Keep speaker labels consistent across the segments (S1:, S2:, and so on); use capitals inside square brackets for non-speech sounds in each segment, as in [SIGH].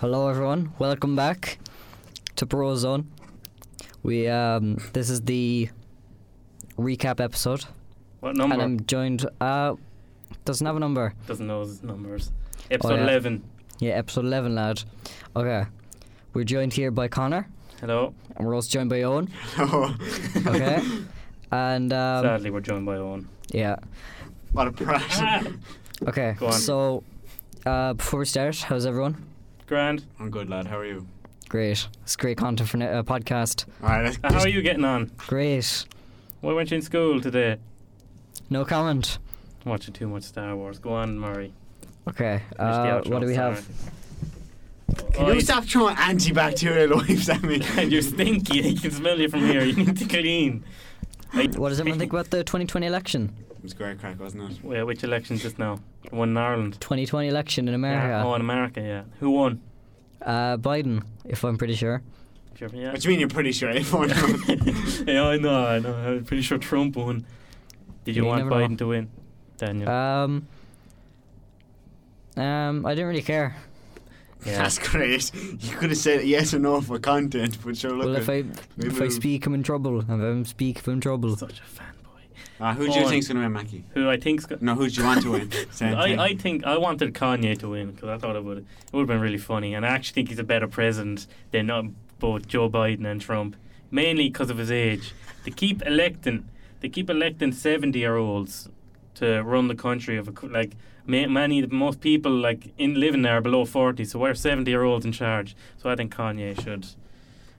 S1: Hello, everyone. Welcome back to Pro Zone. We um, this is the recap episode,
S2: What number?
S1: and I'm joined. Uh, doesn't have a number.
S2: Doesn't know his numbers. Episode
S1: yeah.
S2: 11.
S1: Yeah, episode eleven, lad. Okay, we're joined here by Connor,
S2: Hello.
S1: and we're also joined by Owen.
S3: Oh,
S1: Okay, and um,
S2: Sadly, we're joined by Owen.
S1: yeah.
S3: [LAUGHS] what
S2: [LAUGHS]
S3: a prize.
S1: Okay,
S2: Go on.
S1: so uh, before we start, how's everyone?
S2: Grand.
S3: I'm good, lad. How are you?
S1: Great. It's great content for a uh, podcast.
S3: All right. Let's
S2: Uh, How are you getting on?
S1: Great.
S2: Why weren't you in school today?
S1: No comment.
S2: Watching too much Star Wars. Go on, Murray.
S1: Okay.
S2: Finish the
S1: Uh,
S2: outro,
S1: what do we
S2: sorry.
S1: have?
S2: Oh,
S3: Can you
S2: you-
S3: stop throwing antibacterial [LAUGHS] wipes at me?
S2: And [LAUGHS] you're stinky. I can smell you from here. You need to clean. I-
S1: [LAUGHS] What does everyone think about the 2020 election?
S3: It was great crack, wasn't it?
S2: Wait, which election just now? The one in Ireland.
S1: 2020 election in
S2: Yeah.
S1: America.
S2: Oh, in America, yeah. Who won?
S1: Uh, Biden, if I'm pretty sure.
S2: If you're- Yeah.
S3: What do you mean you're pretty sure?
S2: [LAUGHS]
S3: if I know?
S2: yeah, I know, I know. I'm pretty sure Trump won. Did you,
S1: You
S2: want
S1: never know.
S2: Biden to win, Daniel?
S1: Um, um, I didn't really care.
S2: yeah.
S3: That's great. You could have said yes or no for content, but sure, look.
S1: well, if
S3: at-
S1: I
S3: we
S1: if I
S3: move.
S1: speak, I'm in trouble. If I don't speak, I'm in trouble.
S2: Such a fanboy.
S3: Uh, who do you
S2: on.
S3: think's going to win, Mackie?
S2: Who I think's go-
S3: No, who do you want to
S2: [LAUGHS]
S3: win? Same thing.
S2: I, I think I wanted Kanye to win because I thought it would it would have been really funny, and I actually think he's a better president than uh, both Joe Biden and Trump, mainly because of his age. They keep electing, they keep electing seventy-year-olds to run the country. Of a, co- like ma- many, the most people like in living there are below forty, so we're seventy-year-olds in charge. So I think Kanye should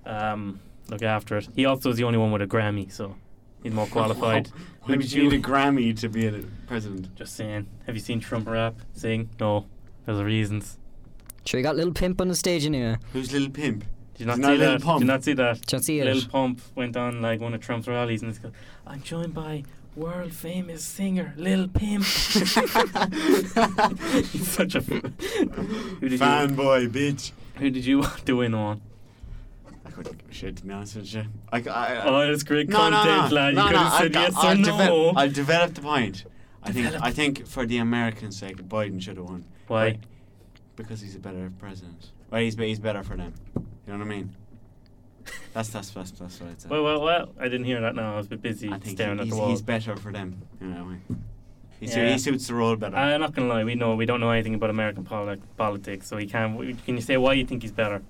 S2: um, look after it. He also is the only one with a Grammy, so he's
S3: [LAUGHS]
S2: more qualified.
S3: Why did you need a Grammy to be a president?
S2: Just saying. Have you seen Trump rap sing? No. There's reasons.
S1: Sure, you got little pimp on the stage anyway.
S3: Who's Little Pimp?
S2: Did you not
S3: He's
S2: see
S3: a little
S2: that?
S3: pump.
S2: Did you not see that?
S1: Don't see it.
S2: Little Pump went on like one of Trump's rallies and it's go, I'm joined by world famous singer Lil
S1: [LAUGHS]
S2: Pimp.
S3: [LAUGHS]
S2: He's such a f- Who did you
S3: Fanboy, bitch.
S2: [LAUGHS] Who did you [LAUGHS] want to win on?
S3: I couldn't give a shit, to be honest with you. I, I,
S2: Oh, that's great content, lad. You could have said yes or
S3: I'll
S2: no.
S3: I'll develop the point. I think
S2: Develop.
S3: I think for the Americans' sake, Biden should have won.
S2: Why?
S3: But- because he's a better president. Well, he's be- he's better for them. You know what I mean? That's that's that's, that's what I'd say.
S2: Well, well, well. I didn't hear that now. I was a bit busy
S3: I think
S2: staring
S3: he-
S2: at
S3: he's,
S2: the wall.
S3: he's better for them. You know what I mean? He, su-
S2: Yeah.
S3: he suits the role better.
S2: I'm not gonna lie. We know we don't know anything about American poli- politics, so we can't. Can you say why you think he's better?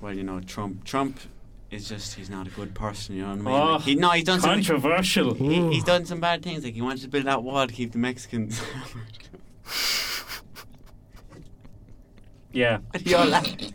S3: well, you know, Trump Trump is just he's not a good person. You know what I mean?
S2: Oh,
S3: Like, he, no, he's done some.
S2: controversial.
S3: He, he's
S1: Ooh.
S3: done some bad things. Like he wanted to build that wall to keep the Mexicans. [LAUGHS]
S2: Yeah,
S3: What are you all laughing?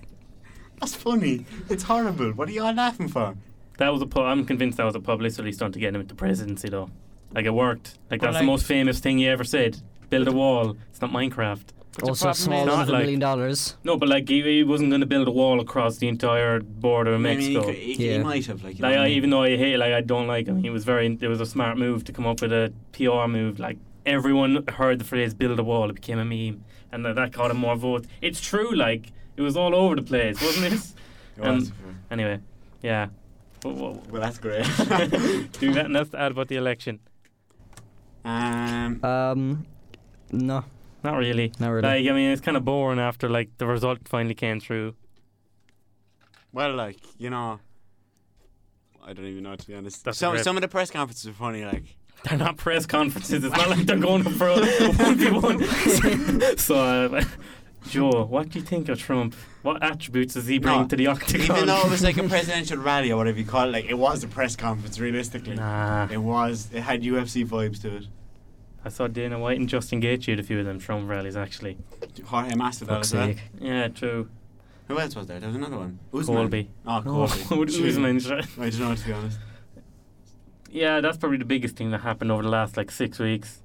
S3: That's funny. It's horrible. What are you all laughing for?
S2: that was a. Pu- I'm convinced that was a publicity stunt to get him into presidency, though. Like it worked. Like
S3: But
S2: that's the
S3: like-
S2: most famous thing he ever said. Build a wall. It's not Minecraft.
S3: But the
S1: Also,
S3: problem
S1: small
S3: is-
S1: one
S2: not
S1: of a
S2: like-
S1: million dollars.
S2: No, but like he, he wasn't going to build a wall across the entire border of
S3: I mean, he
S2: Mexico.
S3: could- he, he
S1: Yeah.
S3: might have like. You
S2: like
S3: know what
S2: I,
S3: I mean?
S2: even though I hate, like I don't like him. He was very. It was a smart move to come up with a PR move. Like everyone heard the phrase "build a wall," it became a meme, and that, that got him more votes. It's true. Like it was all over the place, wasn't it? [LAUGHS]
S3: Well,
S2: um,
S3: that's fair.
S2: anyway, yeah. Wha- wha-
S3: well, that's great.
S2: [LAUGHS]
S3: [LAUGHS]
S2: Do that and that's to add about the election.
S3: Um,
S1: Um, no,
S2: Not really.
S1: not really.
S2: Like I mean, it's kind of boring after like the result finally came through. [LAUGHS]
S3: well, like you know, I don't even know to be honest.
S2: That's
S3: Some
S2: great.
S3: some of the press conferences are funny. Like
S2: They're not press conferences. It's not like they're going up for a one v one. [LAUGHS] So, uh, Joe, what do you think of Trump? What attributes does he bring [LAUGHS]
S3: No,
S2: to the octagon?
S3: even though it was like a presidential rally or whatever you call it, like it was a press conference realistically.
S2: nah,
S3: It was. It had UFC vibes to it.
S2: I saw Dana White and Justin Gaethje at a few of them Trump rallies actually.
S3: Jorge Masvidal
S1: Fuck's
S3: as well.
S1: sake.
S2: Yeah, true.
S3: Who else was there? There was another one. Usman.
S2: Colby.
S3: Oh,
S1: Oh,
S3: Colby.
S2: Would
S3: Shit.
S2: Usman try-
S3: I don't know to be honest.
S2: Yeah, that's probably the biggest thing that happened over the last like six weeks.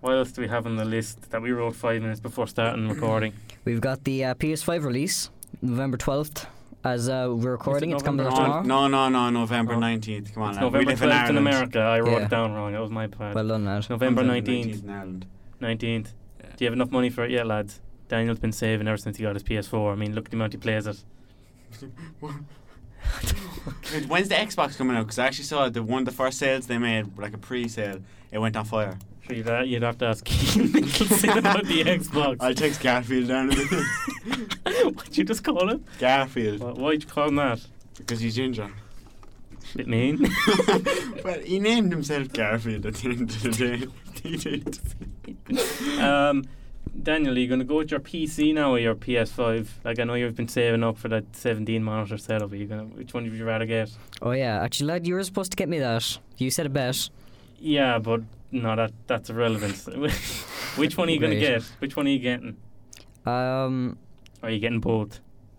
S2: What else do we have on the list that we wrote five minutes before starting recording?
S1: We've got the uh, PS5 release, November 12th. As uh, we're recording, it's coming
S2: November
S1: out
S2: Or
S3: No,
S1: tomorrow.
S3: no, no, no, November
S2: Oh.
S3: nineteenth. Come on,
S2: It's
S3: lad. we
S2: November
S3: live in
S2: 12th in
S3: Ireland.
S2: America. I wrote
S1: Yeah.
S2: it down wrong. That was my bad.
S1: Well done, lad.
S2: November
S3: Comes out the
S2: 19th.
S3: in Ireland.
S2: 19th.
S3: Yeah.
S2: Do you have enough money for it yet, lads? Daniel's been saving ever since he got his PS4. I mean, look at the amount he plays it. [LAUGHS]
S3: Wait, When's the Xbox coming out? Because I actually saw the one of the first sales they made, like a pre-sale, it went on fire.
S2: [LAUGHS]
S3: [LAUGHS]
S2: Sure, you'd, you'd have to ask Keane Nicholson about the Xbox.
S3: I'll text Garfield down.
S2: [LAUGHS] What'd you just call it?
S3: Garfield.
S2: Why- Why'd you call him that?
S3: Because he's
S2: [LAUGHS]
S3: ginger.
S2: Bit
S3: [LAUGHS]
S2: mean.
S3: but he named himself Garfield at the end of the day. [LAUGHS] he did.
S2: um, Daniel, are you going to go with your PC now or your PS5? Like, I know you've been saving up for that 17 monitor setup. Are you gonna, which one would you rather get?
S1: Oh yeah, actually, lad, you were supposed to get me that. You said a bet.
S2: Yeah, but no, that that's irrelevant. which one are you going to
S1: Right.
S2: get? Which one are you getting?
S1: Um,
S2: Are you getting both?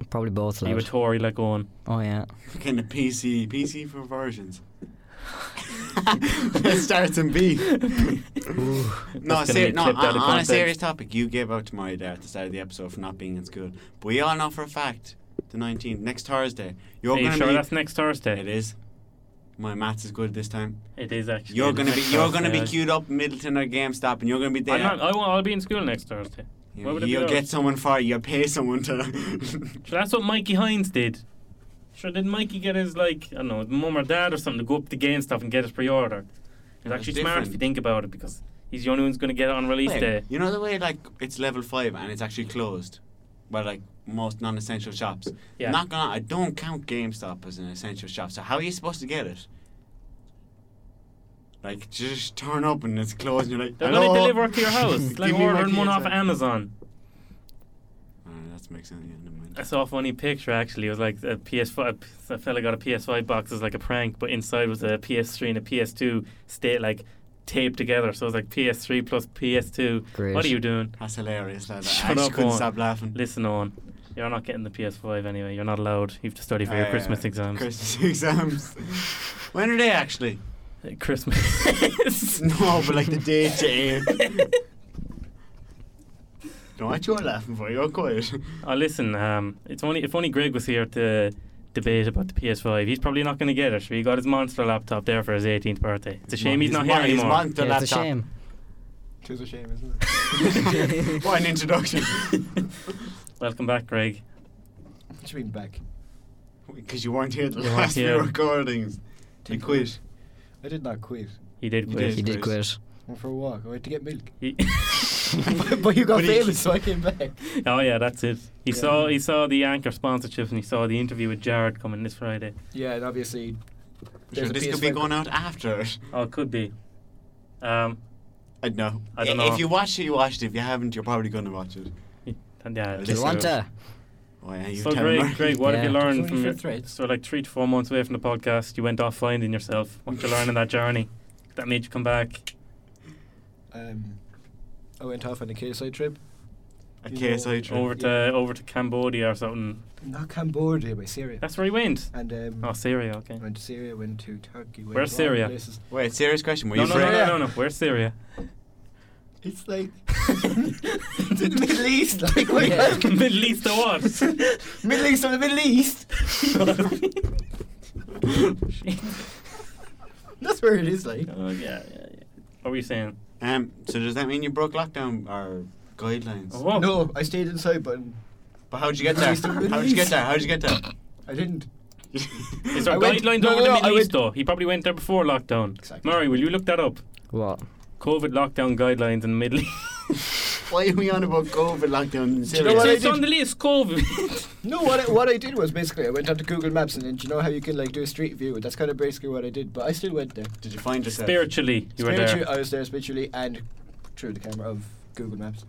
S1: probably both.
S2: Are you a
S1: Lad.
S2: Tory like Owen?
S1: Oh yeah.
S3: Kind of PC. PC
S2: [LAUGHS]
S3: for versions. it starts in B.
S1: Ooh.
S3: No,
S2: That's gonna
S3: ser-
S2: get
S3: no on,
S2: clipped out of
S3: on a
S2: context.
S3: serious topic, you gave out to Mario there at the start of the episode for not being in school. But we all know for a fact, the 19th, next Thursday, you're
S2: Are you
S3: going to
S2: sure
S3: be...
S2: that's next Thursday?
S3: It is. My maths is good this time.
S2: It is actually.
S3: You're
S2: It's
S3: gonna be
S2: next
S3: you're gonna be
S2: Thursday.
S3: queued up Middleton or GameStop, and you're gonna be there.
S2: I'm not, I won't, I'll be in school next Thursday. Why
S3: you,
S2: would it be
S3: you'll
S2: ours?
S3: get someone for it. You'll pay
S2: [LAUGHS]
S3: someone to.
S2: Sure, that's what Mikey Hines did. Sure, did Mikey get his like I don't know, mum or dad or something to go up to Game Stuff and get his pre-order? It's
S3: Yeah,
S2: actually
S3: it's
S2: smart
S3: different.
S2: if you think about it because he's the only one who's going to get it on release
S3: Wait,
S2: day.
S3: You know the way like it's level five and it's actually closed, by like most non-essential shops.
S2: Yeah.
S3: Not gonna. I don't count GameStop as an essential shop. So how are you supposed to get it? Like just turn up and it's closed. and You're like,
S2: They're going
S3: "Hello?"
S2: to deliver it
S3: [LAUGHS]
S2: to your house. It's like
S3: Give me my
S2: ordering one
S3: keys,
S2: off
S3: like-
S2: Amazon.
S3: Oh, that makes sense. Yeah, never mind.
S2: I saw a funny picture actually. It was like a PS5. A fella got a PS5 box as like a prank, but inside was a PS3 and a PS2 state like taped together. So it was like PS3 plus PS2.
S1: Great.
S2: What are you doing?
S3: That's hilarious. Like,
S2: Shut
S3: I just
S2: up,
S3: couldn't
S2: Owen.
S3: stop laughing.
S2: Listen on. You're not getting the PS5 anyway. You're not allowed. You have to study for your
S3: Uh,
S2: Christmas exams.
S3: Christmas [LAUGHS] exams. when are they actually?
S2: Uh, Christmas.
S3: [LAUGHS] No, but like the
S2: [LAUGHS]
S3: day to aim. No, what you're laughing for? You're [LAUGHS] quiet.
S2: oh, listen. Um, it's only if only Greg was here to debate about the PS5. He's probably not going to get it. He got his monster laptop there for his 18th birthday. It's a shame he's
S3: His
S2: not
S3: mon-
S2: here
S3: his
S2: anymore.
S3: monster
S1: Yeah, it's a
S3: laptop.
S1: shame.
S4: It is a shame, isn't
S2: [LAUGHS]
S4: it?
S3: what an introduction. [LAUGHS]
S2: Welcome back, Greg.
S4: What do you mean back?
S3: Because you weren't here the
S2: You weren't
S3: last few
S2: here.
S3: recordings. You quit.
S4: I did not quit.
S2: He did
S3: You
S2: quit.
S1: He did quit.
S4: Went for a walk. I went to get milk.
S2: He- [LAUGHS]
S4: but you got
S3: But he-
S4: famous, so I came back.
S2: oh yeah, that's it. He
S4: Yeah.
S2: saw he saw the anchor sponsorships and he saw the interview with Jared coming this Friday.
S4: Yeah, and obviously.
S3: Sure,
S4: there's a
S3: this could
S4: PS5
S3: be going out after it.
S2: Oh, it could be. Um,
S3: I know.
S2: I don't
S3: I-
S2: know.
S3: If you watched it, you watched it. If you haven't, you're probably going to watch it.
S2: yeah.
S1: Do you
S3: Listen.
S1: want to?
S3: Oh, yeah, you
S2: so
S3: tell
S2: Greg,
S3: Mark.
S2: Greg,
S3: [LAUGHS]
S2: what have
S1: Yeah.
S2: you learned
S4: Just
S2: from
S4: only
S2: your,
S4: for threads.
S2: so like three to four months away from the podcast? You went off finding yourself. What you learn in that journey that made you come back?
S4: Um, I went off on a KSI trip.
S3: A
S4: You
S3: KSI
S4: know,
S3: trip.
S2: Over to
S4: Yeah.
S2: over to Cambodia or something.
S4: Not Cambodia, but Syria.
S2: That's where he went.
S4: And um,
S2: Oh, Syria. Okay.
S4: went to Syria, went to Turkey. Went
S2: Where's
S4: to all the
S2: Syria?
S4: places.
S3: Wait, serious question. Were
S2: No,
S3: you
S2: no, no,
S3: afraid?
S2: no, no, no. Where's Syria?
S4: It's like [LAUGHS] the Middle East. Like what?
S1: Yeah.
S2: [LAUGHS] Middle East or what?
S4: [LAUGHS] Middle East of the Middle East. That's where it is. Like
S2: oh yeah, yeah, yeah. What were you
S4: [GASPS]
S2: saying?
S3: Um, so does that mean you broke lockdown or guidelines?
S2: Oh, what?
S4: no, I stayed inside, but
S3: But how'd you get there?
S4: Middle East.
S3: how'd you get there? How'd you get there?
S4: I didn't.
S2: [LAUGHS] Is there
S4: I went-
S2: guidelines
S4: no,
S2: over
S4: no,
S2: the
S4: no, I
S2: Middle
S4: went-
S2: East though? He probably went there before lockdown.
S4: Exactly.
S2: Murray, will you look that up?
S1: What?
S2: COVID lockdown guidelines in the Middle
S4: [LAUGHS]
S2: East.
S3: Why are we on about COVID lockdown?
S4: Do you know what I
S2: it's
S4: did?
S2: on the list, COVID.
S4: No, what I, what I did was basically I went onto Google Maps and then do you know how you can like do a street view. That's kind of basically what I did, but I still went there.
S3: Did you find yourself?
S2: [LAUGHS] Spiritually, you were
S4: Spiritually,
S2: there.
S4: I was there spiritually and through the camera of Google Maps.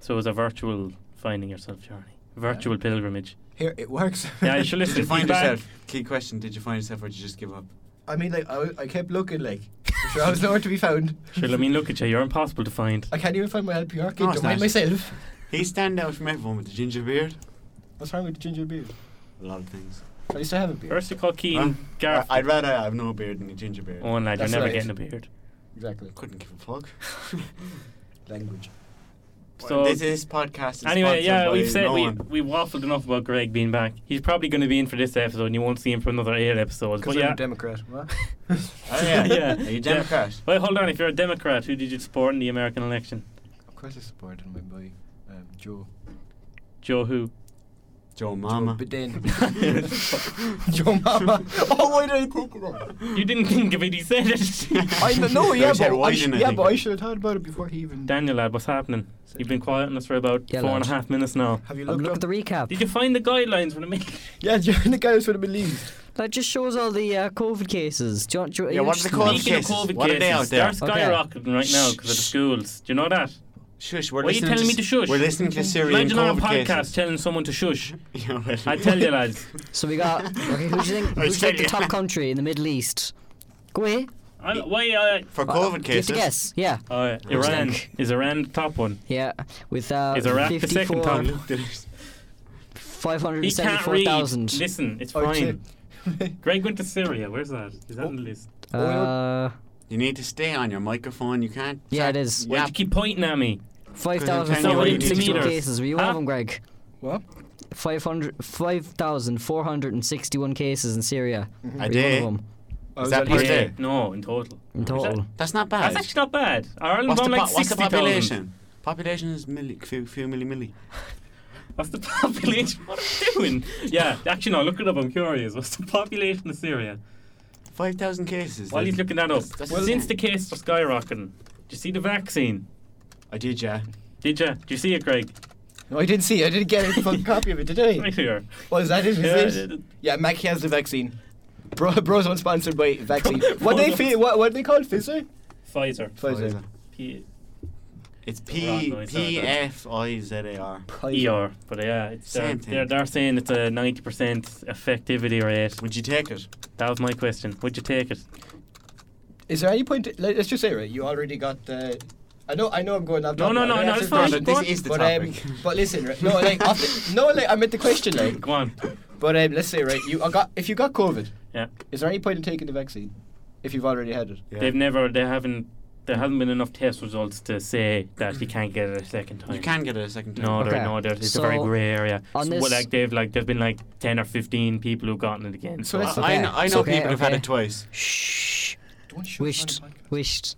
S2: So it was a virtual finding yourself journey, virtual
S3: [LAUGHS]
S4: Yeah.
S2: pilgrimage.
S4: Here it works.
S2: Yeah, you
S4: [LAUGHS]
S2: should
S3: Did
S2: listen.
S3: you find
S2: he's back.
S3: yourself? Key question: Did you find yourself, or did you just give up?
S4: I mean, like I, I kept looking, like sure I was nowhere to be found.
S2: Sure, I mean, look at you. You're impossible to find.
S4: I can't even find my LPR kit.
S3: No, it's
S4: Don't mind
S3: not.
S4: myself.
S3: He stand out from everyone with the ginger beard.
S4: What's wrong with the ginger beard?
S3: A lot of things.
S4: At least I have a beard.
S2: First you call
S3: Huh?
S2: Keane Gareth.
S3: Ah, I- I'd rather have no beard than a ginger beard.
S2: Oh, lad, you're
S4: That's
S2: never
S4: right.
S2: getting a beard.
S4: Exactly.
S3: Couldn't give a fuck.
S4: Language.
S2: [LAUGHS] So-
S3: this, this podcast is
S2: Anyway,
S3: sponsored
S2: yeah,
S3: by
S2: we've said
S3: no
S2: we,
S3: one.
S2: we waffled enough about Greg being back. He's probably going to be in for this episode, and you won't see him for another eight episodes.
S4: Because
S2: But
S4: I'm
S2: yeah,
S4: a Democrat. What?
S3: [LAUGHS] Oh, yeah.
S2: Yeah.
S3: Are
S4: [LAUGHS]
S3: you
S2: Yeah.
S3: Democrat?
S2: Well, hold on. If you're a Democrat, who did you support in the American election?
S4: of course, I supported my boy um, Joe.
S2: Joe who?
S3: Joe Mama.
S4: Biden.
S3: Joe
S4: [LAUGHS] Joe
S3: Mama.
S4: Mama. Oh, why did I think of that?
S2: You didn't think of it, he said
S3: [LAUGHS]
S2: it.
S4: I kn- no,
S3: You
S4: yeah,
S3: said,
S4: but
S3: "Why
S4: I, sh-
S3: didn't I
S4: yeah,
S3: think
S4: but
S3: of
S4: I
S3: it?"
S4: should have thought about it before he even.
S2: Daniel, lad, what's happening? You've been quiet on us for about
S1: Yeah,
S2: four
S1: lad.
S2: and a half minutes now.
S4: Have you
S1: Um,
S4: looked
S1: look at the
S4: up?
S1: recap.
S2: Did you find the guidelines for the mail?
S4: yeah, [LAUGHS] you're the guy who's would have been leaves.
S1: That just shows all the uh, COVID cases. Do you, want- do you,
S3: Yeah,
S1: are you
S3: what are
S1: interested
S3: they
S1: in
S3: called?
S1: that?
S2: Speaking of COVID
S3: cases. What are they
S2: cases,
S3: out there?
S2: they're skyrocketing right now because of the
S1: Shh.
S2: schools. Do you know that?
S3: Shush, we're
S2: Why are you
S3: listening
S2: telling
S3: to,
S2: me to
S3: s-
S2: shush?
S3: We're listening to Syrian
S2: Imagine on a
S3: COVID
S2: podcast
S3: [LAUGHS] cases.
S2: telling someone to shush.
S3: Yeah, well-
S2: I tell you, lads.
S1: So we
S3: [LAUGHS]
S1: got. Okay, who do you think?
S3: I
S1: Who's
S3: tell
S1: like the
S3: you. [LAUGHS]
S1: top country in the Middle East? Go ahead.
S2: I, why? Uh,
S3: For
S1: Uh, do
S3: COVID
S1: you have
S3: cases.
S1: to guess. Yeah,
S2: uh, Iran is Iran the top one.
S1: yeah. With uh,
S2: Is Iraq the
S1: 54,
S2: second top?
S3: [LAUGHS]
S1: Five hundred
S2: He
S1: and
S2: can't read.
S1: seventy-four thousand.
S2: Listen, it's
S4: Oh, it's
S2: fine. Greg went to Syria. Where's that? Is that on
S3: Oh,
S2: the list?
S1: Uh,
S3: You need to stay on your microphone. You can't.
S1: Yeah, it is.
S2: Why'd
S3: Yeah.
S2: you keep pointing at me?
S1: five
S3: Because
S1: thousand
S3: I'm
S1: four
S2: telling you,
S1: hundred
S2: you
S1: and
S2: need to
S1: sixty
S2: go.
S1: cases. Were you one
S2: Huh?
S1: of them, Greg?
S4: [LAUGHS] What?
S1: 500 5,461 cases in Syria.
S3: I
S1: Were you
S3: did.
S1: Mm-hmm. one of them
S4: Oh,
S3: Is
S4: is
S3: that
S4: that
S3: per
S4: you?
S3: day?
S2: No, in total.
S1: in total.
S3: That's not
S2: That's
S3: bad.
S2: actually not bad. Ireland
S3: what's,
S2: on
S3: the
S2: like
S3: po- what's the
S2: 60,000.
S3: population? Population is milli, few, few milli milli.
S2: What's the [LAUGHS] population? What are we doing? Yeah, actually, no, look it up. I'm curious. What's the population of Syria?
S3: Five thousand cases.
S2: While
S3: like-
S2: he's looking that up,
S3: That's- that's
S2: well, since the
S3: insane.
S2: cases are skyrocketing, did you see the vaccine?
S3: I did, yeah.
S2: Did you? Did you see it, Greg?
S4: No, I didn't see. I didn't get a
S2: [LAUGHS]
S4: fucking copy of it, did
S2: Right
S4: I?
S2: here.
S4: Well, is that it? Is
S2: Yeah,
S4: it?
S2: it- it-
S4: Yeah, Mac has the vaccine. Bro, [LAUGHS] bro's one sponsored by
S2: [LAUGHS]
S4: vaccine.
S2: Bro-
S4: what they
S2: Bro's
S4: feel? What what they call Pfizer?
S2: Pfizer.
S4: Pfizer.
S2: P-
S3: It's
S2: Wrong,
S3: P
S2: no, it's not
S3: P
S2: that.
S3: F I Z A R.
S2: ER. But yeah, it's, uh,
S3: Same thing.
S2: they're, they're saying it's a 90% effectivity rate.
S3: Would you take it?
S2: That was my question. Would you take it?
S4: Is there any point? let- Let's just say, right? You already got the. I know, I know, I'm going off.
S2: No,
S4: topic.
S2: no, no,
S4: I
S2: no,
S4: know this
S2: it's
S4: is
S2: fine.
S4: random.
S2: Go
S3: This
S2: on.
S3: is the
S4: but um,
S3: topic.
S4: but listen, right? No, like, off
S2: [LAUGHS]
S4: the, no, like, I meant the question, like.
S2: Go on.
S4: But um, let's say, right? You, I got. If you got COVID,
S2: Yeah.
S4: is there any point in taking the vaccine if you've already had it?
S3: Yeah.
S2: They've never, they haven't, there hasn't been enough test results to say that you can't get it a second time.
S3: You can get it a second time.
S2: No,
S1: Okay.
S2: there, no, there, it's a very
S1: So,
S2: grey area.
S1: on
S2: So,
S1: this-
S2: well, like they've like there's been like ten or fifteen people who've gotten it again.
S4: So
S2: So,
S4: let's-
S2: I-
S3: I,
S1: Okay,
S3: know, I
S1: it's
S3: know
S1: okay,
S3: people who've had
S1: okay.
S3: it twice.
S1: Shh.
S4: Don't shoot
S1: Wished. Wished.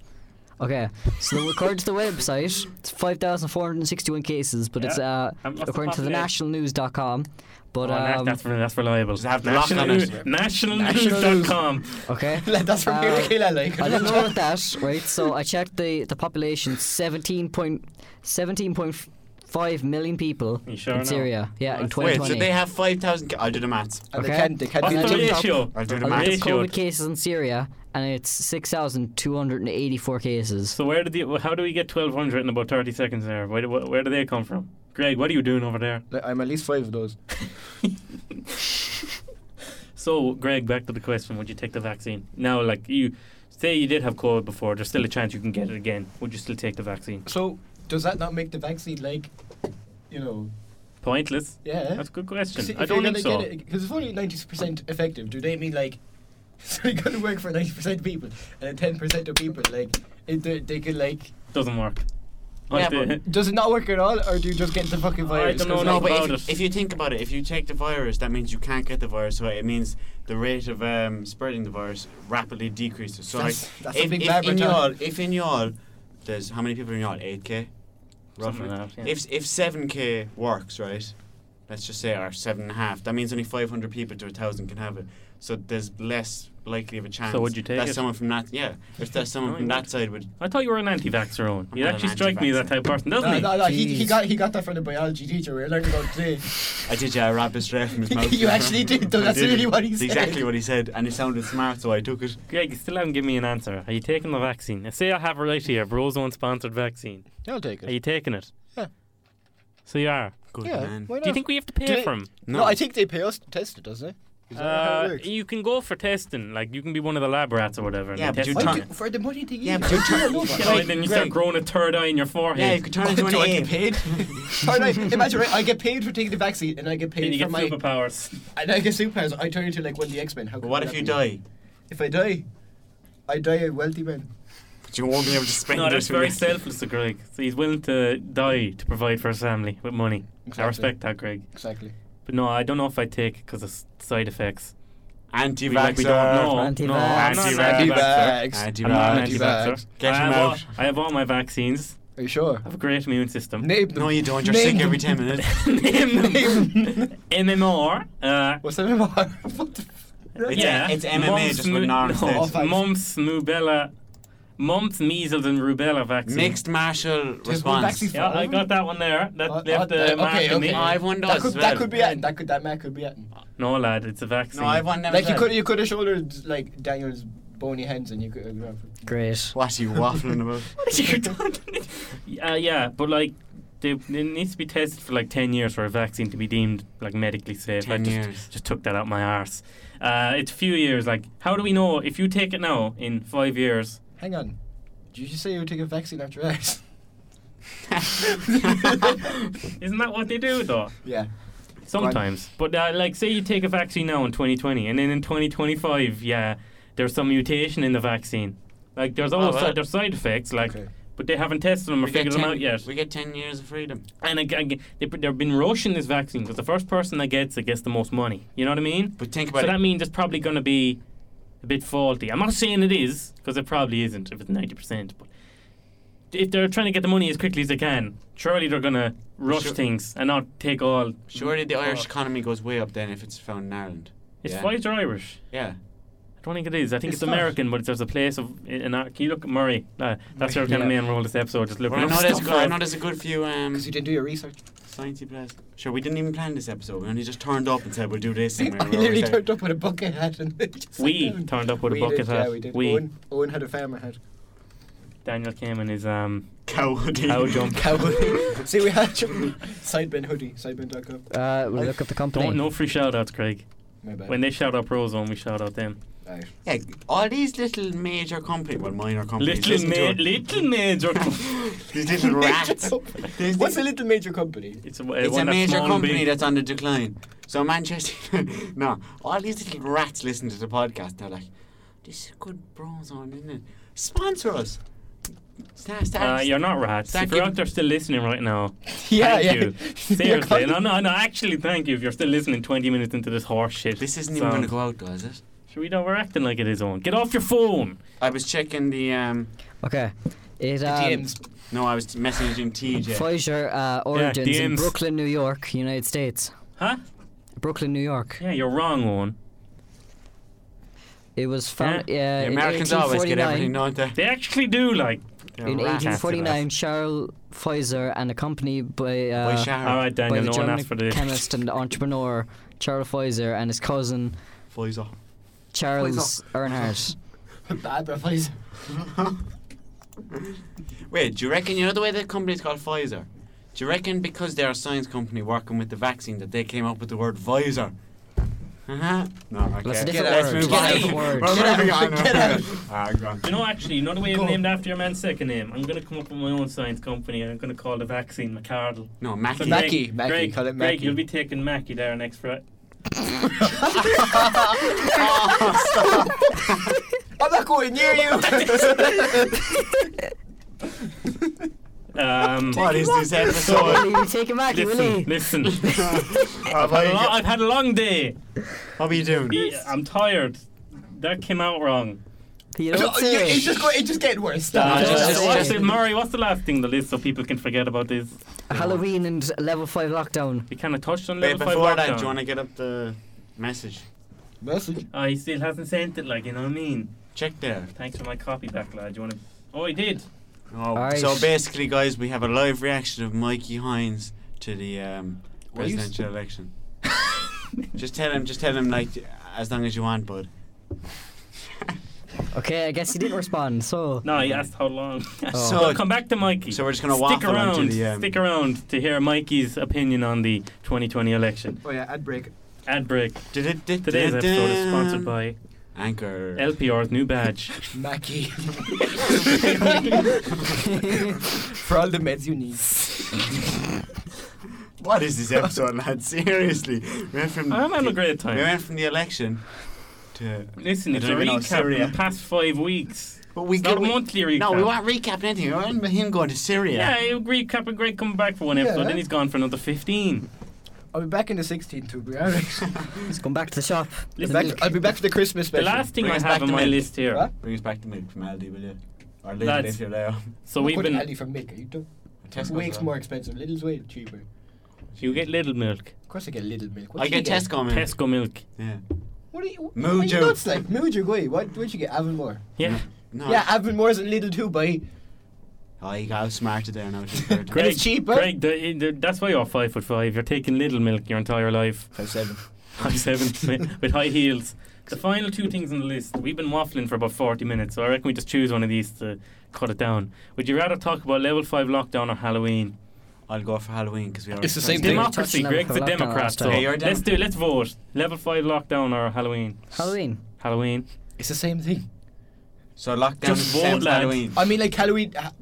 S1: Okay, so according to the website, it's 5,461 cases, but it's uh,
S2: Um, what's the
S1: according to the
S2: population?
S1: nationalnews.com.
S2: oh,
S1: But
S2: that-
S1: um,
S2: that's, re- that's reliable.
S3: Does it have the lock
S2: National
S3: on it?
S2: nationalnews.com. [LAUGHS]
S1: okay.
S4: [LAUGHS] like, that's from
S1: Uh,
S4: here, Kayla, like.
S1: I didn't know about that, right? So I checked the, the population 17 point, 17.5 million people
S2: You sure
S1: in
S2: now?
S1: Syria. Yeah, in
S2: Wait, so
S3: Wait, so
S1: 2020.
S3: they have 5,000. ca- I'll do the maths.
S4: [LAUGHS] And they
S1: okay.
S4: can't. They can't.
S1: I'll
S2: What's
S4: do
S1: do
S2: the
S1: the
S4: that.
S1: math.
S2: ratio?
S3: I'll do the
S1: I
S3: math.
S1: looked
S2: ratio.
S1: up COVID cases in Syria, and it's 6,284 cases.
S2: So where did the how do we get twelve hundred in about thirty seconds there? Where, do- where do they come from? Greg, what are you doing over there?
S4: Like, I'm at least five of those.
S2: So, Greg, back to the question: Would you take the vaccine now? Like you say, you did have COVID before. There's still a chance you can get it again. Would you still take the vaccine?
S4: So does that not make the vaccine like, you know,
S2: Pointless.
S4: yeah?
S2: That's a good question. I don't think so.
S4: Because it's only ninety percent effective. Do they mean like, [LAUGHS] so you got to work for ninety percent of people, and then ten percent of people like, it, they, they
S2: [LAUGHS]
S4: could like,
S2: Doesn't work.
S3: Yeah,
S2: Aren't they-
S4: does it not work at all, or do you just get the fucking
S2: I
S4: virus?
S2: don't know,
S4: 'Cause,
S3: No,
S4: like,
S3: but
S2: about
S3: if,
S2: it.
S3: if you think about it, if you take the virus, that means you can't get the virus. So it means the rate of um, spreading the virus rapidly decreases. So
S4: That's-
S3: like,
S4: that's a
S3: if,
S4: big
S3: if
S4: barber
S3: in
S4: talk.
S3: y'all, if in y'all, there's how many people in y'all? Eight k.
S2: [LAUGHS] Something
S3: Roughly.
S2: like that, yeah.
S3: If if seven k works, right? Let's just say or seven and a half. That means only five hundred people to a thousand can have it. So there's less likely of a chance.
S2: would you take
S3: that
S2: it?
S3: someone from that? Yeah, if there's someone
S2: No,
S3: from
S2: you
S3: that
S2: wouldn't.
S3: side would.
S2: I thought you were an anti-vaxxer, Owen. You
S3: not an
S2: actually strike me as that type of person, doesn't
S4: no,
S2: he?
S4: no, no, he, he
S1: Jeez.
S4: got he got that from the biology teacher we were learning about today.
S3: I did, yeah. I robbed it straight
S4: [LAUGHS]
S3: from his mouth.
S4: You actually did, though,
S3: I
S4: that's
S3: did.
S4: really what he
S3: It's
S4: said.
S3: Exactly what he said, and it sounded smart, so I took it.
S2: Greg, you still haven't given me an answer. Are you taking the vaccine? Now, Say I have it right here, Brozone-sponsored vaccine.
S4: I'll take
S2: Are you taking it?
S4: Yeah.
S2: So you are.
S3: Good
S4: Yeah,
S3: man.
S4: why
S2: Do you
S4: not?
S2: think we have to
S4: Do
S2: pay
S4: they-
S2: for 'em?
S4: No, I think they pay us to test it, doesn't it? Is that how it
S2: Uh,
S4: works?
S2: you can go for testing. Like you can be one of the lab rats or whatever. and
S3: Yeah,
S2: they
S3: but
S2: test
S3: you
S4: I
S3: turn-
S4: do- for the money they give.
S3: Yeah,
S4: you.
S3: but you turn-
S4: know, but
S2: You know,
S4: like,
S2: and then you
S4: Greg,
S2: start growing a third eye in your forehead.
S3: Yeah, you
S4: [LAUGHS]
S3: could turn into an
S4: Do I
S3: ape. [LAUGHS]
S4: get paid? Or like, imagine right, I get paid for taking the vaccine, and I get paid
S2: Then you
S4: for
S2: get
S4: my
S2: superpowers.
S4: and I get superpowers. I turn into like one of the X Men. How
S3: But
S4: could
S3: what
S4: that
S3: if you
S4: be?
S3: die?
S4: If I die, I die a wealthy man.
S3: But you won't be able to
S2: [LAUGHS]
S3: spend
S2: No,
S3: it.
S2: that's very selfless of Greg. So he's willing to die to provide for his family with money. I
S4: Exactly.
S2: respect that, Greg.
S4: Exactly.
S2: But no, I don't know if I take it because of s- side effects. We- like, we
S3: Anti-vaxxer.
S2: don't know.
S1: Anti-vax.
S2: No, I'm not an
S3: Anti-vax.
S2: anti-vaxxer.
S4: Anti-vax.
S2: I'm not an
S4: Anti-vax.
S2: anti-vaxxer.
S3: Get
S2: I
S3: him
S2: have all-
S3: out.
S2: I have all my vaccines.
S4: Are you sure?
S2: I have a great immune system. [LAUGHS]
S3: [LAUGHS]
S4: Name them.
S3: Um, No, you don't. You're
S4: Name
S3: sick every
S4: them.
S3: 10 minutes.
S2: Name MMR. Uh,
S4: [LAUGHS] What's that MMR? [LAUGHS] what the f-
S3: It's
S2: yeah,
S3: a- it's MMA,
S2: mumps,
S3: just with
S2: mu-
S3: Nara instead.
S4: Oh, thanks.
S2: mumps, rubella, mumps, measles, and rubella vaccine.
S3: Mixed Uh, martial
S4: one
S3: response.
S4: vaccine-
S2: Yeah, I got that one there. That left the mark
S4: Uh, okay,
S2: in me.
S4: okay.
S3: I have one
S4: that
S3: does
S4: could,
S3: as
S4: that
S3: well.
S4: could be it. That could that Matt could be it.
S2: No, lad, it's a vaccine.
S3: No,
S2: [LAUGHS]
S3: I've one them.
S4: Like you
S3: as
S4: could
S3: well.
S4: you could have shouldered like Daniel's bony hands and you could. have
S1: Great.
S3: What are you waffling
S4: [LAUGHS]
S3: about?
S2: What are you doing? [LAUGHS] uh, yeah, but like, they, they need to be tested for like 10 years for a vaccine to be deemed like medically safe.
S3: 10
S2: I just,
S3: years.
S2: just took that out my arse. Uh, it's a few years. Like, how do we know if you take it now in five years?
S4: Hang on. Did you just say you would take a vaccine after [LAUGHS] that? [LAUGHS]
S2: Isn't that what they do though?
S4: yeah.
S2: Sometimes, but uh, like, say you take a vaccine now in 2020, and then in 2025, yeah, there's some mutation in the vaccine. Like, there's all
S3: Oh, well.
S2: si- there's side effects, like,
S4: Okay.
S2: but they haven't tested them or
S3: We get
S2: figured them
S3: 10
S2: out yet.
S3: We get 10 years of freedom.
S2: And again, they, they've been rushing this vaccine because the first person that gets it gets the most money. You know what I mean?
S3: But think
S2: So
S3: about it.
S2: that means it's probably going to be a bit faulty. I'm not saying it is because it probably isn't if it's 90%. But if they're trying to get the money as quickly as they can, surely they're going to rush
S3: Sure.
S2: things and not take all.
S3: Surely the Irish
S2: Oh.
S3: economy goes way up then if it's found in Ireland.
S2: It's
S3: yeah.
S2: Pfizer Irish.
S3: Yeah.
S2: I don't think it is. I think
S4: It's
S2: it's,
S4: not.
S2: American, but it's, there's a place of. In, our can you look at Murray? Uh, that's
S4: Murray,
S2: our kind of
S4: yeah.
S2: main role this episode. Just
S3: Well,
S2: looking
S3: I,
S2: up
S3: know there's a
S2: stuff
S3: good, I
S2: for
S3: know
S2: us.
S3: there's a good few um,
S4: Because you didn't do your research.
S3: sciencey plays. Sure, we didn't even plan this episode. We only just turned up and said we'll do
S4: [LAUGHS]
S3: this. And we were
S4: I
S3: always
S4: literally
S3: there.
S4: turned up with a bucket hat and just sat
S2: We
S4: down.
S2: turned up with a
S4: We
S2: bucket
S4: did,
S2: hat.
S4: Yeah, we did.
S2: We.
S4: Owen, Owen had a
S2: [LAUGHS]
S4: farmer hat.
S2: Daniel came in his um,
S4: [LAUGHS]
S3: cow hoodie.
S2: cow jump.
S4: Cow hoodie. See, we had sidebin hoodie. Sidebin.com.
S1: Uh, we'll look up the company.
S2: Don't no free shout outs, Craig.
S4: My bad.
S2: When they shout out Prozone, we shout out them.
S4: [LAUGHS] Alright.
S3: Yeah, all these little major companies, well, minor companies.
S2: Little
S3: listen to
S2: ma-
S3: it.
S2: little
S3: [LAUGHS]
S2: major.
S3: These
S4: [LAUGHS]
S3: little rats. These
S4: What's a
S3: little-
S4: little major company?
S2: it's a,
S3: it's a
S2: one that's
S3: major
S2: small and
S3: company
S2: big.
S3: that's on the decline. So Manchester, [LAUGHS] no, all these little rats listen to the podcast. They're like, "This is good bros on, isn't it? Sponsor us." Start,
S2: Uh,
S3: start,
S2: you're not rats.
S3: Thank
S2: If you're
S3: you.
S2: out there still listening right now,
S4: [LAUGHS] Yeah,
S2: thank
S4: yeah.
S2: you.
S4: You're
S2: Seriously,
S4: calling-
S2: no, no, no. Actually, thank you if you're still listening 20 minutes into this horse shit.
S3: This isn't even
S2: So-
S3: going to go out, though, is it?
S2: Should we know we're acting like it is on? Get off your phone.
S3: I was checking the um.
S1: Okay. It,
S4: The
S1: um,
S4: DMs.
S3: No, I was messaging TJ.
S1: Pfizer uh, origins in
S2: DMs.
S1: Brooklyn, New York, United States.
S2: Huh?
S1: Brooklyn, New York.
S2: Yeah, you're wrong, Owen.
S1: It was found.
S3: The
S1: Yeah. in
S3: Americans always get
S1: 1849
S3: everything, don't they?
S2: They actually do like.
S3: They're
S1: In
S3: rats.
S1: 1849, Charles Pfizer and accompanied by, uh,
S3: Boy, Sharon.
S2: All right,
S1: by
S2: Daniel.
S1: the
S2: No one
S1: German
S2: asked for this.
S1: chemist and entrepreneur Charles Pfizer and his cousin
S3: Pfizer.
S1: Charles Earnhardt.
S4: Barbara Pfizer.
S3: Wait, do you reckon you know the way the company's called Pfizer? Do you reckon because they're a science company working with the vaccine that they came up with the word Pfizer? Uh-huh. No, okay.
S1: That's a
S3: Get
S1: different
S3: out,
S1: word.
S3: Let's move
S1: Get
S3: on.
S1: out. Different word.
S3: We're
S4: Get out.
S3: moving on.
S4: Get out.
S3: Ah, go on.
S2: You know, actually, you know the way
S4: Go
S2: it's
S4: on.
S2: named after your man's second name. I'm gonna come up with my own science company, and I'm gonna call the vaccine McCardle.
S3: No,
S2: So
S3: Mackie.
S4: Mac-
S2: Greg-
S4: Mackie, Mackie,
S2: Greg,
S4: call
S2: Greg,
S4: it Mackie.
S2: you'll be taking Mackie there next Friday.
S3: Oh, stop.
S4: I'm not going near [LAUGHS] you.
S2: Um,
S3: what is this episode? [LAUGHS]
S1: Willie, [LAUGHS] you take him back,
S2: listen,
S1: Willie.
S2: listen.
S4: [LAUGHS]
S2: I've,
S3: I've
S2: had a lo- I've had a long day.
S3: What are you doing?
S2: Yeah, I'm tired. That came out wrong.
S1: You
S4: No,
S1: don't
S4: you-
S1: say.
S4: it's just going, it's just getting worse.
S2: Uh,
S3: Nah,
S2: just,
S3: just-
S2: just,
S3: just-
S2: what's it- Murray, what's the last thing on the list so people can forget about this?
S1: Halloween and level five lockdown.
S2: We kind of touched on
S3: Wait,
S2: level five
S3: before that,
S2: lockdown.
S3: do you want to get up the message?
S4: Message.
S2: Oh, he still hasn't sent it, like, you know what I mean?
S3: Check there.
S2: Thanks for my copy back, lad. You want to... Oh, he did.
S3: Oh,
S1: Alright.
S3: So basically, guys, we have a live reaction of Mikey Hines to the um,
S4: Were you-
S3: presidential
S4: [LAUGHS]
S3: election. just tell him, just tell him, like, as long as you want, bud.
S1: Okay, I guess he didn't respond. So
S2: No, he asked how long. [LAUGHS]
S1: Oh.
S2: So, come back to Mikey.
S3: So we're just gonna
S2: Stick
S3: waffle
S2: around,
S3: onto the, um,
S2: stick around to hear Mikey's opinion on the 2020 election.
S4: Oh yeah, ad break.
S2: Ad break. Today's
S3: Today's
S2: episode is sponsored by
S3: Anchor.
S2: LPR's new
S3: [LAUGHS]
S2: badge.
S4: Mackie. [LAUGHS] For all the meds you need.
S2: [LAUGHS]
S3: what is this episode, lad? Seriously, we went from
S2: I'm having a
S3: the-
S2: great time.
S3: We went from the election to.
S2: Listen,
S3: I
S2: it's a
S3: don't even know,
S2: recap
S3: Syria.
S2: of the past five weeks.
S3: But we
S2: It's not
S3: we-
S2: a monthly recap.
S3: No, we weren't recapping anything. We weren't him going to
S2: Yeah,
S3: Syria. [LAUGHS]
S2: he'll recap and Greg coming back for one episode,
S4: Yeah.
S2: then he's gone for another 15.
S4: I'll be back in the 16th, to be [LAUGHS] honest.
S1: let's go back to the shop.
S4: I'll be
S2: Listen,
S4: back, I'll be back for the Christmas
S2: the
S4: special.
S2: last thing
S3: Bring
S2: I
S3: us back
S2: have on
S3: to
S2: my
S3: milk.
S2: list here.
S4: Huh?
S3: Bring us back to milk from Aldi, will you? Or Lidl
S2: Lads.
S3: if you're there.
S2: So
S4: Look
S2: we've
S4: what
S2: been.
S4: Aldi from milk. Are you dumb?
S3: Tesco's
S4: Wake's
S3: well.
S4: more expensive. Little's way cheaper.
S2: You get little milk,
S4: Of course, I get Little milk.
S3: I
S4: What'd you
S3: get Tesco milk.
S2: Tesco milk.
S3: Yeah.
S4: What are you?
S3: Mojo.
S4: What are you nuts like? Mojo, wait. What? Where'd you get Avonmore?
S2: Yeah.
S3: No.
S4: Yeah, Avonmore's in Lidl too, boy.
S3: Oh, you got outsmarted there [LAUGHS] now. Jim Curtin.
S4: Great. it's cheaper.
S2: Greg, the, the, that's why you're five foot five. You're taking little milk your entire life. [LAUGHS]
S3: Five seven.
S2: High sevens [LAUGHS] with, with high heels. The final two things on the list. We've been waffling for about 40 minutes, so I reckon we just choose one of these to cut it down. Would you rather talk about level 5 lockdown or Halloween?
S3: I'll go for Halloween because we are.
S4: It's the same thing.
S2: Democracy,
S1: touched on
S2: Greg's a
S1: level five lockdown
S2: Democrat,
S1: last
S2: so
S1: time.
S3: Yeah, you're a
S2: let's
S3: Democrat.
S2: do let's vote. Level 5 lockdown or Halloween?
S1: Halloween.
S2: Halloween.
S4: It's the same thing.
S3: So lockdown
S2: Just
S3: is
S2: vote,
S3: the same as
S2: lads.
S3: Halloween.
S4: I mean, like Halloween. Ha-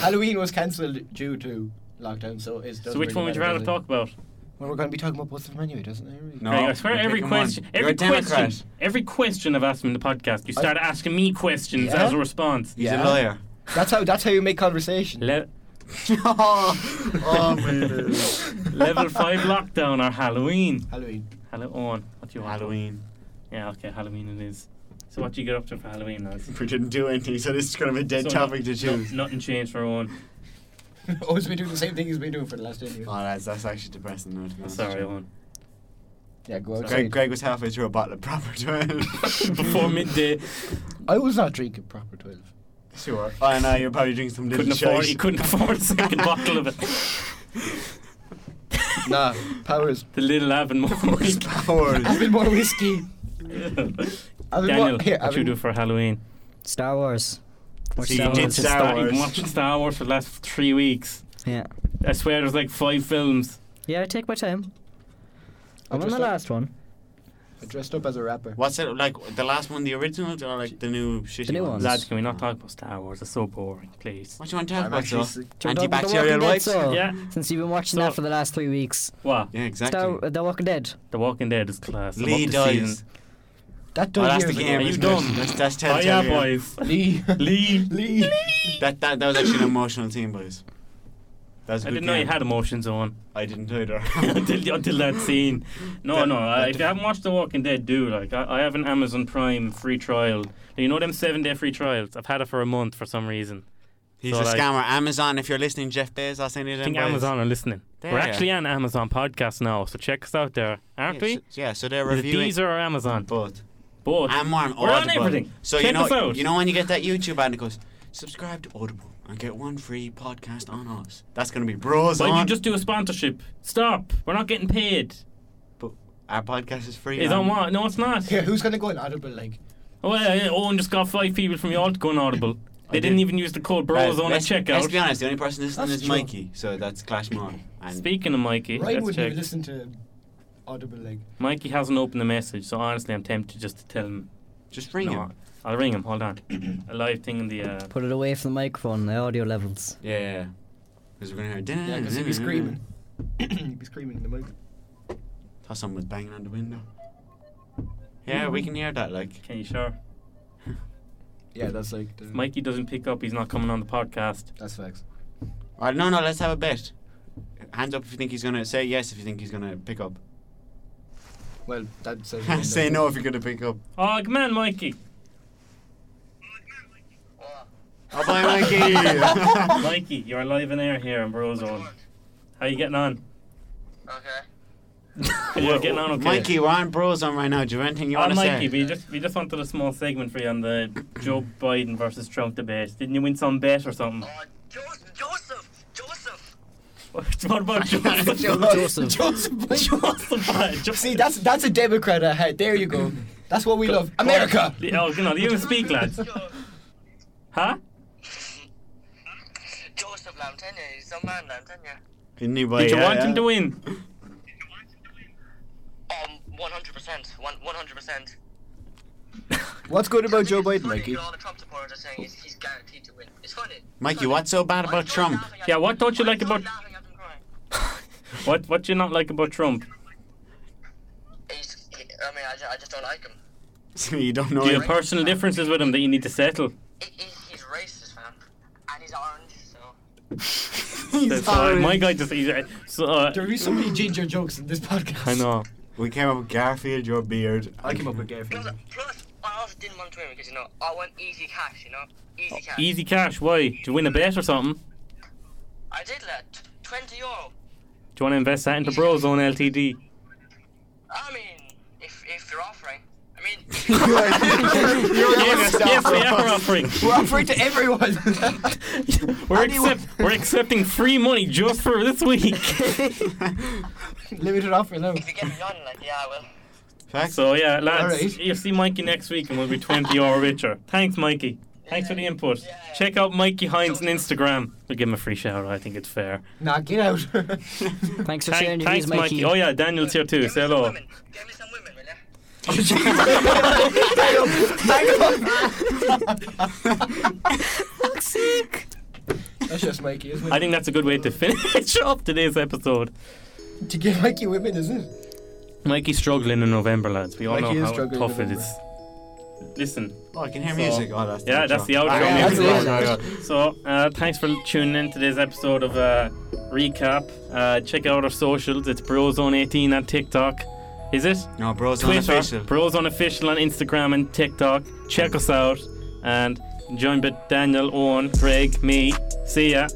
S4: Halloween was cancelled due to lockdown, so it's.
S2: So which one would you rather talk about?
S4: Well, we're going to be talking about both of them anyway, doesn't it?
S3: No.
S2: Greg, I swear
S3: you're
S2: every
S3: picking one.
S2: question,
S3: You're
S2: every
S3: a Democrat.
S2: question, every question I've asked him in the podcast, you
S4: I-
S2: start asking me questions
S4: Yeah?
S2: as a response.
S3: He's
S4: Yeah.
S3: a liar.
S4: That's how. That's how you make conversation.
S2: Le-
S3: oh, [LAUGHS] oh my days.
S2: level 5 lockdown or Halloween?
S4: Halloween. [LAUGHS]
S2: Halloween. What do you want?
S3: Halloween.
S2: Yeah, okay, Halloween it is. So what do you get up to for Halloween, lads?
S3: We didn't do anything, so this is going to be a dead
S2: So
S3: topic to
S2: no-
S3: choose.
S2: no- nothing changed for Owen.
S4: oh, it's been doing the same thing as we doing for the last ten years.
S3: Oh, that's, that's actually depressing. No, to be honest
S2: Sorry,
S3: with you.
S2: Owen.
S4: Yeah, go outside.
S3: Greg, Greg was halfway through a bottle of proper [LAUGHS] twelve.
S2: Before midday,
S4: I was not drinking proper twelve.
S3: Sure. Oh no, you're probably drinking some little
S2: couldn't afford.
S3: shite.
S2: He couldn't afford a second bottle
S3: [LAUGHS]
S2: of it.
S4: nah,
S1: [LAUGHS]
S4: powers.
S2: The little
S3: His
S2: Avonmore.
S3: powers.
S4: Have bit more
S2: [LAUGHS]
S4: whiskey. Have bit
S2: Daniel,
S4: more. Here,
S2: what
S4: have
S2: you
S4: it-
S2: do for Halloween?
S1: Star Wars. Watch
S3: See,
S2: Star
S3: you did
S2: Wars.
S1: It's-
S3: Star
S2: You've been
S3: Wars.
S2: watching Star Wars for the last three weeks.
S1: Yeah.
S2: I swear, there's like five films.
S1: Yeah, I take my time.
S4: I
S1: I'm on
S4: just
S1: the
S4: like-
S1: last one.
S4: I dressed up as a rapper.
S3: What's it like? The last one, the original, or like the new shitty
S1: new
S3: ones?
S1: ones.
S2: Lads, can we not talk about Star Wars? It's so boring, please.
S3: What do you want to talk
S4: I'm
S3: about,
S4: actually
S3: sir?
S4: sick.
S1: Do you want to talk about The
S3: Antibacterial
S1: Walking Dead,
S3: wipes?
S1: so?
S2: Yeah.
S1: Since you've been watching
S2: So-
S1: that for the last three weeks.
S2: What?
S3: Yeah, exactly.
S1: Star, The Walking Dead.
S2: The Walking Dead is class. I'm
S3: Lee
S2: up to
S3: dies.
S2: season-
S4: That
S3: Oh,
S4: does
S3: that's
S4: years
S3: the
S4: ago.
S2: Are
S3: game.
S2: you
S3: isn't it?
S2: done?
S3: That's, that's
S2: Oh
S3: Telltale.
S2: yeah,
S3: yeah.
S2: boys.
S4: Lee.
S2: [LAUGHS] Lee.
S4: [LAUGHS] Lee.
S3: That, that, that was actually an emotional team, boys. That was a
S2: I
S3: good
S2: didn't know you
S3: game.
S2: had emotions on
S3: I didn't either.
S2: [LAUGHS]
S3: [LAUGHS]
S2: until until that scene. No,
S3: That-
S2: no. I,
S3: that
S2: if
S3: def-
S2: you haven't watched The Walking Dead, do like I, I have an Amazon Prime free trial. You know them seven day free trials. I've had it for a month for some reason.
S3: He's
S2: So,
S3: a
S2: like-
S3: scammer. Amazon, if you're listening, Jeff Bezos, any of them
S2: I think
S3: boys.
S2: Amazon are listening.
S3: They
S2: We're
S3: are.
S2: actually on Amazon podcast now, so check us out there,
S3: yeah,
S2: aren't
S3: So,
S2: we?
S3: yeah, so they're
S2: Is it
S3: reviewing.
S2: Deezer or Amazon?
S3: both.
S2: Both.
S3: I'm on
S2: We're on
S3: Audible.
S2: everything.
S3: So
S2: Check
S3: you know,
S2: us out.
S3: you know when you get that YouTube ad, it goes subscribe to Audible and get one free podcast on us. That's gonna be bros
S2: Why
S3: on.
S2: you just do a sponsorship? Stop. We're not getting paid.
S3: But our podcast is free.
S2: It's on what? No, it's not.
S4: Here, who's gonna go in audible? Like,
S2: Oh, yeah, yeah, Owen just got five people from Yalt going audible. They
S3: did.
S2: didn't even use the code Bros on at
S3: let's, let's be
S2: checkout.
S3: honest. The only person listening
S4: That's
S3: is
S4: true.
S3: Mikey, so that's
S2: [COUGHS]
S3: Clash Moore. And
S2: Speaking of Mikey,
S4: Ryan
S2: let's
S4: wouldn't
S2: check.
S4: even listen to audible. Like,
S2: Mikey hasn't opened the message, so honestly, I'm tempted just to tell him.
S3: just ring
S2: No,
S3: him.
S2: I'll ring him. Hold on. a live thing in the. Uh,
S1: Put it away from the microphone, the audio levels.
S3: Yeah, yeah. Because we're gonna hear.
S4: yeah, because he'd be screaming. [CLEARS THROAT] he'd be screaming in the mic.
S3: Thought someone was banging on the window. Yeah, we can hear that. Like, [LAUGHS]
S2: can you sure?
S4: Yeah, that's like. The,
S2: If Mikey doesn't pick up, he's not coming on the podcast.
S4: That's facts.
S3: all right, no, no. Let's have a bet. Hands up if you think he's gonna say yes. If you think he's gonna pick up.
S4: Well, that says.
S3: [LAUGHS] say no if you're
S2: [LAUGHS]
S3: gonna pick up.
S2: Oh, come on, Mikey.
S3: Oh, bye, [LAUGHS] Mikey.
S2: Mikey, you're live in air here in Brozone. How you getting on?
S5: Okay.
S2: You're getting on [LAUGHS] okay.
S3: Mikey, we're on bros on right now. Do you have anything you
S2: Oh,
S3: want to
S2: Mikey,
S3: say?
S2: we just we just wanted a small segment for you on the Joe Biden versus Trump debate. Didn't you win some bet or something? [LAUGHS]
S5: Uh, jo- Joseph! Joseph!
S2: what about Joseph?
S1: Joseph.
S2: Joseph Biden.
S4: See, that's that's a Democrat I had. There you go. That's what we love. America.
S2: Oh, come on, you speak,
S5: [LAUGHS]
S2: lads.
S5: Jo-
S2: Huh?
S5: Joseph làm thế này, sao man làm thế nhỉ?
S3: Anybody,
S2: Did you
S3: yeah,
S2: want him
S3: yeah.
S2: to win?
S5: Um, 100%. One, 100%.
S4: What's good about Joe Biden,
S5: funny,
S4: Mikey?
S5: All the Trump supporters are saying he's, he's guaranteed to win. It's funny.
S3: Mikey, what's so bad about Trump?
S2: Yeah, what don't you like about-
S5: He's,
S2: What what you not like about Trump?
S5: he, I mean, I just, I just don't like him.
S3: [LAUGHS] you don't know.
S2: Do you
S3: him.
S2: have personal differences with him that you need to settle?
S5: He, he, he's racist, man. And he's orange, so...
S3: He's
S2: That's why
S3: orange.
S2: my guy just he's, uh, so, uh,
S4: There will be so many ginger jokes in this podcast.
S2: I know.
S3: We came up with Garfield, your beard. [LAUGHS]
S4: I came up with Garfield.
S5: Plus, plus I also didn't want to win because you know I want easy cash. You know, easy cash.
S2: Oh, Easy cash. Why? Do you win a bet or something? Do
S5: I did like t- twenty euro.
S2: you want to invest that into Brozone LTD?
S5: I mean, if if you're offering, I mean,
S2: [LAUGHS]
S3: [LAUGHS]
S2: Yes, yes, we are offering.
S4: We're offering to everyone. [LAUGHS]
S2: We're,
S3: Anyone-
S2: accept, we're accepting free money just for this week. [LAUGHS]
S4: Limited offer now.
S5: if you get me on, like yeah, I will.
S3: Fact. [LAUGHS]
S2: so yeah, lads,
S4: Alright.
S2: you'll see Mikey next week, and we'll be twenty or richer. Thanks, Mikey. Thanks for the input.
S5: Yeah.
S2: Check out Mikey Hines on Instagram. We'll give him a free shout. out, I think it's fair.
S4: Nah, get out. [LAUGHS]
S1: Thanks for sharing your
S2: Thank,
S1: views,
S2: thanks, Mikey.
S1: Mikey.
S2: Oh yeah, Daniel's here too.
S5: Give
S2: Say
S5: me some
S2: hello.
S5: women. Give me some women, will ya?
S2: [LAUGHS]
S4: That's just Mikey, isn't it?
S2: I think that's a good way to [LAUGHS] finish up today's episode.
S4: to get Mikey women, isn't it?
S2: Mikey's struggling in November, lads. We all
S4: Mikey is
S2: know how
S4: struggling in
S2: tough it
S4: November.
S2: is. Listen,
S3: Oh, I can hear music. Oh, that's
S2: Yeah, that's the outro
S3: Ah, yeah,
S4: music.
S3: that's the outro.
S2: So, uh, thanks for tuning in to today's episode of uh, Recap. Uh, check out our socials. It's Brozone18 on TikTok. Is it?
S3: No, bro's
S2: Twitter,
S3: unofficial.
S2: Brozone Official on Instagram and TikTok. Check us out. And join with Daniel, Owen, Craig, me. See ya.